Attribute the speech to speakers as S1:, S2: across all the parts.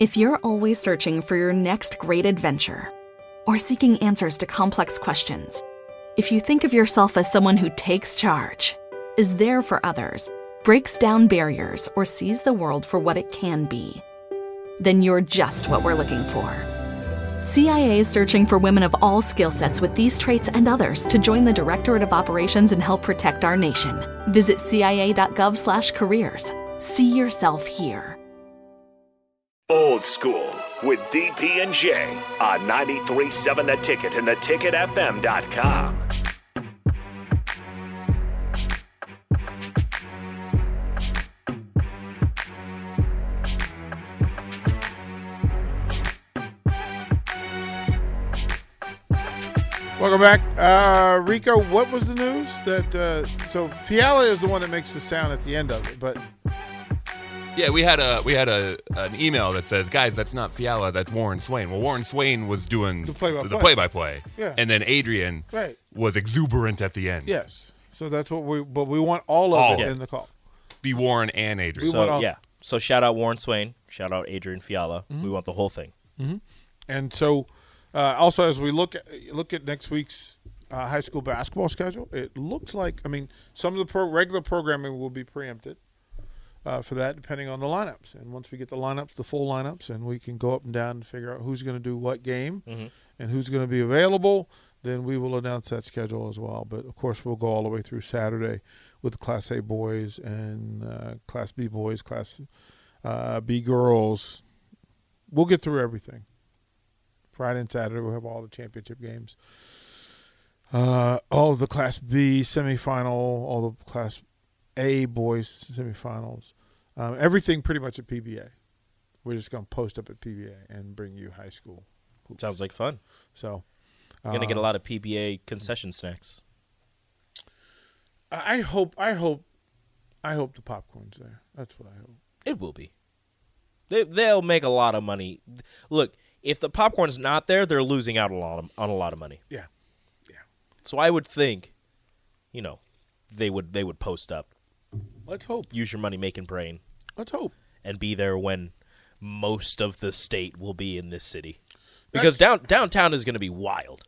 S1: If you're always searching for your next great adventure, or seeking answers to complex questions, if you think of yourself as someone who takes charge, is there for others, breaks down barriers, or sees the world for what it can be, then you're just what we're looking for. CIA is searching for women of all skill sets with these traits and others to join the Directorate of Operations and help protect our nation. Visit cia.gov/careers. See yourself here.
S2: Old School with DP and J on 93.7 The Ticket and theticketfm.com.
S3: Welcome back, uh, Rico. What was the news that? Uh, so Fiala is the one that makes the sound at the end of it, but
S4: Yeah, we had a we had a an email that says, "Guys, that's not Fiala, that's Warren Swain." Well, Warren Swain was doing the
S3: play-by-play.
S4: by play,
S3: Yeah.
S4: and then Adrian
S3: Right.
S4: was exuberant at the end.
S3: yes. So that's what we. But we want all of
S4: All.
S3: it
S4: Yeah.
S3: in the call.
S4: be Warren and Adrian.
S3: We want
S5: So
S3: all-
S5: yeah. So shout out Warren Swain. Shout out Adrian Fiala. We want the whole thing.
S3: And so, uh, also as we look at, look at next week's uh, high school basketball schedule, it looks like I mean some of the pro- regular programming will be preempted uh, for that, depending on the lineups. And once we get the lineups, the full lineups, and we can go up and down and figure out who's going to do what game and who's going to be available, then we will announce that schedule as well. But of course, we'll go all the way through Saturday with Class A boys and uh, Class B boys, Class uh, B girls. We'll get through everything. Friday and Saturday we'll have all the championship games. Uh, all of the Class B semifinal, all the Class A boys semifinals, um, everything pretty much at PBA. We're just going to post up at PBA and bring you high school. hoops.
S5: Sounds like fun.
S3: so.
S5: You're gonna get a lot of PBA concession snacks.
S3: I I hope, I hope, I hope the popcorn's there. That's what I hope.
S5: It will be. They they'll make a lot of money. Look, if the popcorn's not there, they're losing out a lot of, on a lot of money.
S3: Yeah,
S5: So I would think, you know, they would they would post up,
S3: let's hope.
S5: use your money making brain,
S3: Let's hope.
S5: and be there when most of the state will be in this city. Because down, downtown is going to be wild.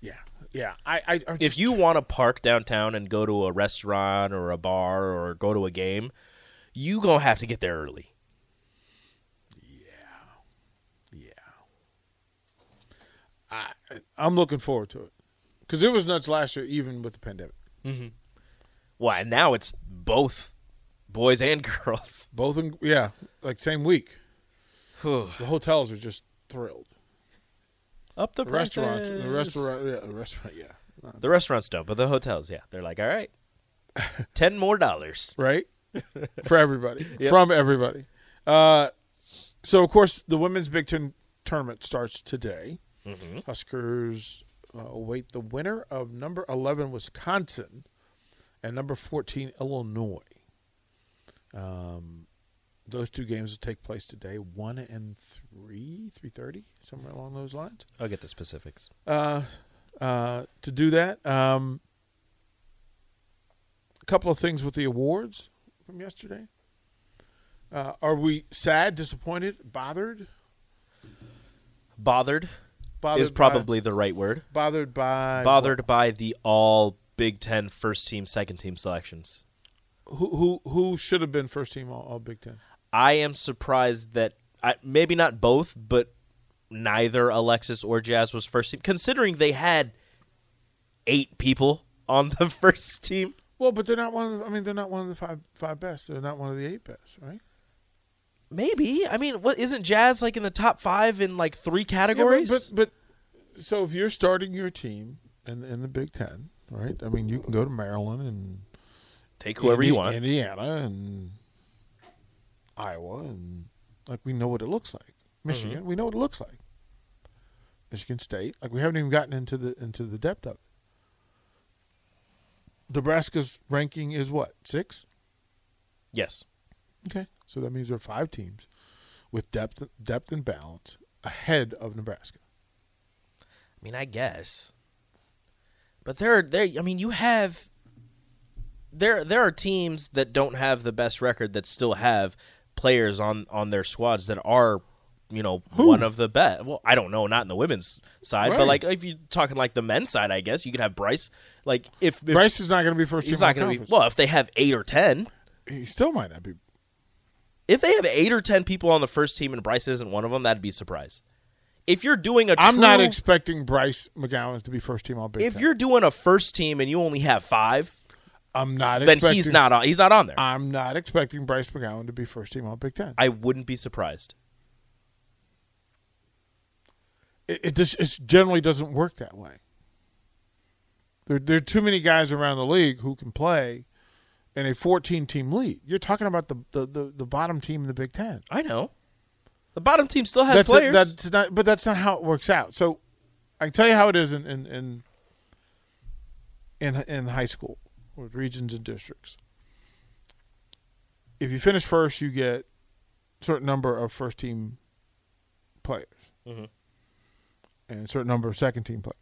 S3: Yeah, yeah. I, I, I
S5: if
S3: just-
S5: you want to park downtown and go to a restaurant or a bar or go to a game, you gonna have to get there early.
S3: Yeah. I I'm looking forward to it because it was nuts last year, even with the pandemic.
S5: Why now it's both boys and girls.
S3: Both in yeah, like same week.
S5: Up
S3: The hotels are just thrilled.
S5: the
S3: The restaurants, the
S5: prices.
S3: restaurant, yeah, the restaurant, yeah,
S5: the restaurants don't, but the hotels, yeah, they're like, all right, ten more dollars.
S3: right for everybody, from everybody. Uh, so of course the women's Big Ten tournament starts today. Huskers uh, await the winner of number eleven Wisconsin and number fourteen Illinois. Um, those two games will take place today, one and three, three thirty, somewhere along those lines.
S5: I'll get the specifics.
S3: uh, uh, to do that. Um, a couple of things with the awards from yesterday. Uh, are we sad, disappointed, bothered?
S5: Bothered,
S3: Bothered
S5: is probably the right word.
S3: by, bothered by
S5: Bothered by the all Big Ten first team, second team selections.
S3: who who who should have been first team all, all Big Ten.
S5: I am surprised that I, maybe not both, but neither Alexis or Jazz was first team, considering they had eight people on the first team.
S3: Well, but they're not one. Of the, I mean, they're not one of the five five best. They're not one of the eight best, right?
S5: Maybe I mean, what isn't Jazz like in the top five in like three
S3: Yeah, but-
S5: categories?
S3: but, but so if you're starting your team in in the Big Ten, right? I mean, you can go to Maryland and
S5: Take whoever you
S3: Indi-
S5: want.
S3: Indiana and Iowa and like we know what it looks like. Michigan,
S5: Mm-hmm.
S3: we know what it looks like. Michigan State, like we haven't even gotten into the into the depth of it. Nebraska's ranking is what six?
S5: yes,
S3: Okay, so that means there are five teams with depth depth and balance ahead of Nebraska.
S5: I mean, I guess. But there, are there. I mean, you have. There, there are teams that don't have the best record that still have players on on their squads that are you know
S3: Who?
S5: one of the best. Well, I don't know, not in the women's side, but
S3: Right.
S5: like if you're talking like the men's side, I guess you could have Bryce. Like if, if
S3: Bryce is not going to be first.
S5: he's
S3: team
S5: not
S3: all
S5: going to be
S3: conference.
S5: well, if they have eight or ten,
S3: he still might not be.
S5: if they have eight or ten people on the first team and Bryce isn't one of them, that'd be a surprise. If you're doing a
S3: I'm
S5: true,
S3: not expecting Bryce McGowan's to be first team all Big
S5: if
S3: Ten.
S5: you're doing a first team and you only have five,
S3: I'm not.
S5: then
S3: expecting,
S5: he's not on. He's not on there.
S3: I'm not expecting Bryce McGowan to be first team all Big Ten.
S5: I wouldn't be surprised.
S3: it, it just it generally doesn't work that way. There, there are too many guys around the league who can play in a 14 team league. You're talking about the, the, the, the bottom team in the Big Ten.
S5: I know. The bottom team still has
S3: that's
S5: players.
S3: that's not, but that's not how it works out. So I can tell you how it is in in in in, in high school with regions and districts. If you finish first, you get a certain number of first team players, and a certain number of second team players.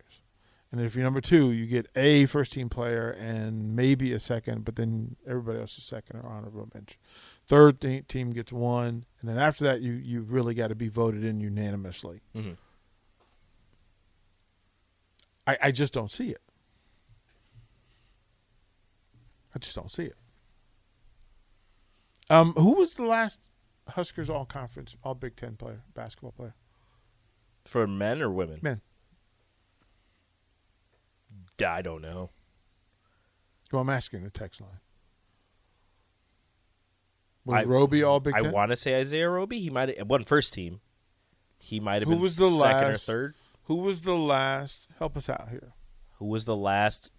S3: And if you're number two, you get a first team player and maybe a second, but then everybody else is second or honorable mention. Third te- team gets one, and then after that, you you really got to be voted in unanimously. I, I just don't see it. I just don't see it. Um, who was the last Huskers All Conference All Big Ten player basketball player?
S5: for men or women.
S3: Man,
S5: I don't know.
S3: well, I'm asking the text line. Was
S5: I-
S3: Roby All Big
S5: I
S3: Ten?
S5: want to say Isaiah Roby. He might have wasn't first team. He might have
S3: Who
S5: been
S3: was the
S5: second or
S3: last-
S5: third.
S3: Who was the last? Help us out here.
S5: Who was the last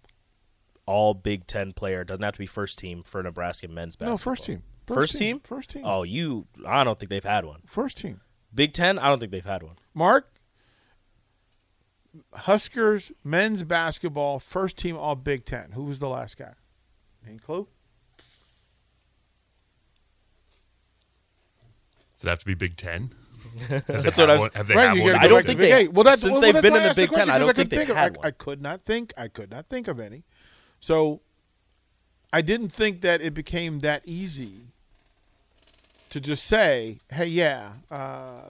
S5: all Big Ten player? Doesn't have to be first team for Nebraska men's basketball.
S3: No, first team.
S5: First team?
S3: First team.
S5: Oh, you? I don't think they've had one.
S3: First team.
S5: Big Ten? I don't think they've had one.
S3: Mark, Huskers men's basketball first team All Big Ten. Who was the last guy? Any clue?
S4: Does it have to be Big Ten? Does it
S5: That's what I
S4: have
S5: was-
S4: one- Have they
S3: Right,
S4: had
S3: you
S4: one
S3: gotta
S4: in
S3: go
S5: I
S3: back to the
S4: Big Ten?
S5: don't
S3: Big
S5: think they-
S3: Eight. Well, that's,
S5: since
S3: well,
S5: they've
S3: that's
S5: been
S3: why
S5: in the
S3: asked
S5: Big Ten,
S3: question,
S5: I
S3: 'cause
S5: don't
S3: couldn't
S5: think they've
S3: of-
S5: had
S3: I,
S5: one.
S3: I could not think. I could not think of any. So, I didn't think that it became that easy to just say, "Hey, yeah, uh,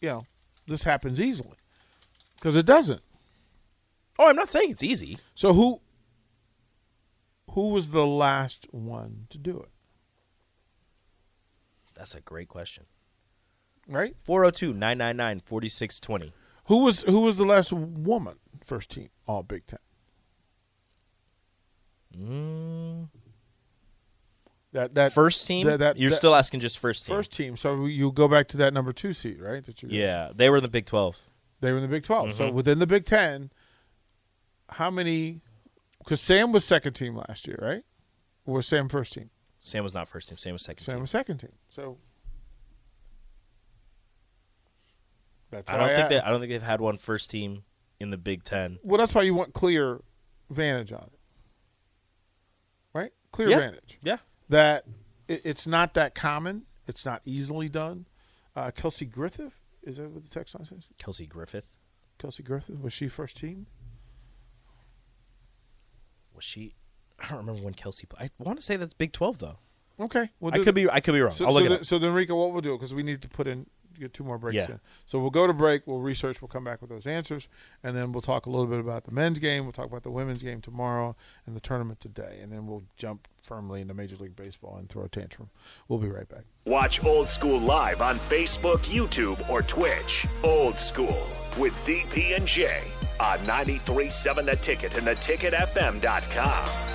S3: you know, this happens easily," because it doesn't.
S5: Oh, I'm not saying it's easy.
S3: So who who was the last one to do it?
S5: That's a great question.
S3: Right?
S5: 402 999 4620.
S3: Who was who was the last woman first team All Big Ten? That that
S5: Mm. First team?
S3: that- that-
S5: You're
S3: that-
S5: still asking just first team.
S3: first team. So you go back to that number two seed, right? That you
S5: Yeah, Mm-hmm. they were in the Big 12.
S3: they were in the Big 12 So within the Big Ten, how many? Because Sam was second team last year, right? Or was Sam first team?
S5: Sam was not first team. Sam was second
S3: Sam
S5: team.
S3: was second team. So that's
S5: I don't
S3: why
S5: think they, I don't think they've had one first team in the Big Ten.
S3: Well, that's why you want clear vantage on it, right? Clear
S5: Yeah.
S3: vantage
S5: Yeah.
S3: that it, it's not that common. It's not easily done. Uh, Kelsey Griffith is that what the text line says?
S5: Kelsey Griffith.
S3: Kelsey Griffith was she first team?
S5: Was she I don't remember when Kelsey played. I want to say that's Big 12 though.
S3: Okay, we'll
S5: I
S3: do
S5: could be I could be wrong.
S3: So,
S5: I'll look
S3: so,
S5: it
S3: then-
S5: up.
S3: so then, Rico, what we'll do because we need to put in get two more breaks
S5: Yeah.
S3: in. So we'll go to break. We'll research. We'll come back with those answers, and then we'll talk a little bit about the men's game. We'll talk about the women's game tomorrow and the tournament today, and then we'll jump firmly into Major League Baseball and throw a tantrum. We'll be right back.
S2: Watch Old School live on Facebook, YouTube, or Twitch. Old School with DP and J on 937 The Ticket and theticketfm.com.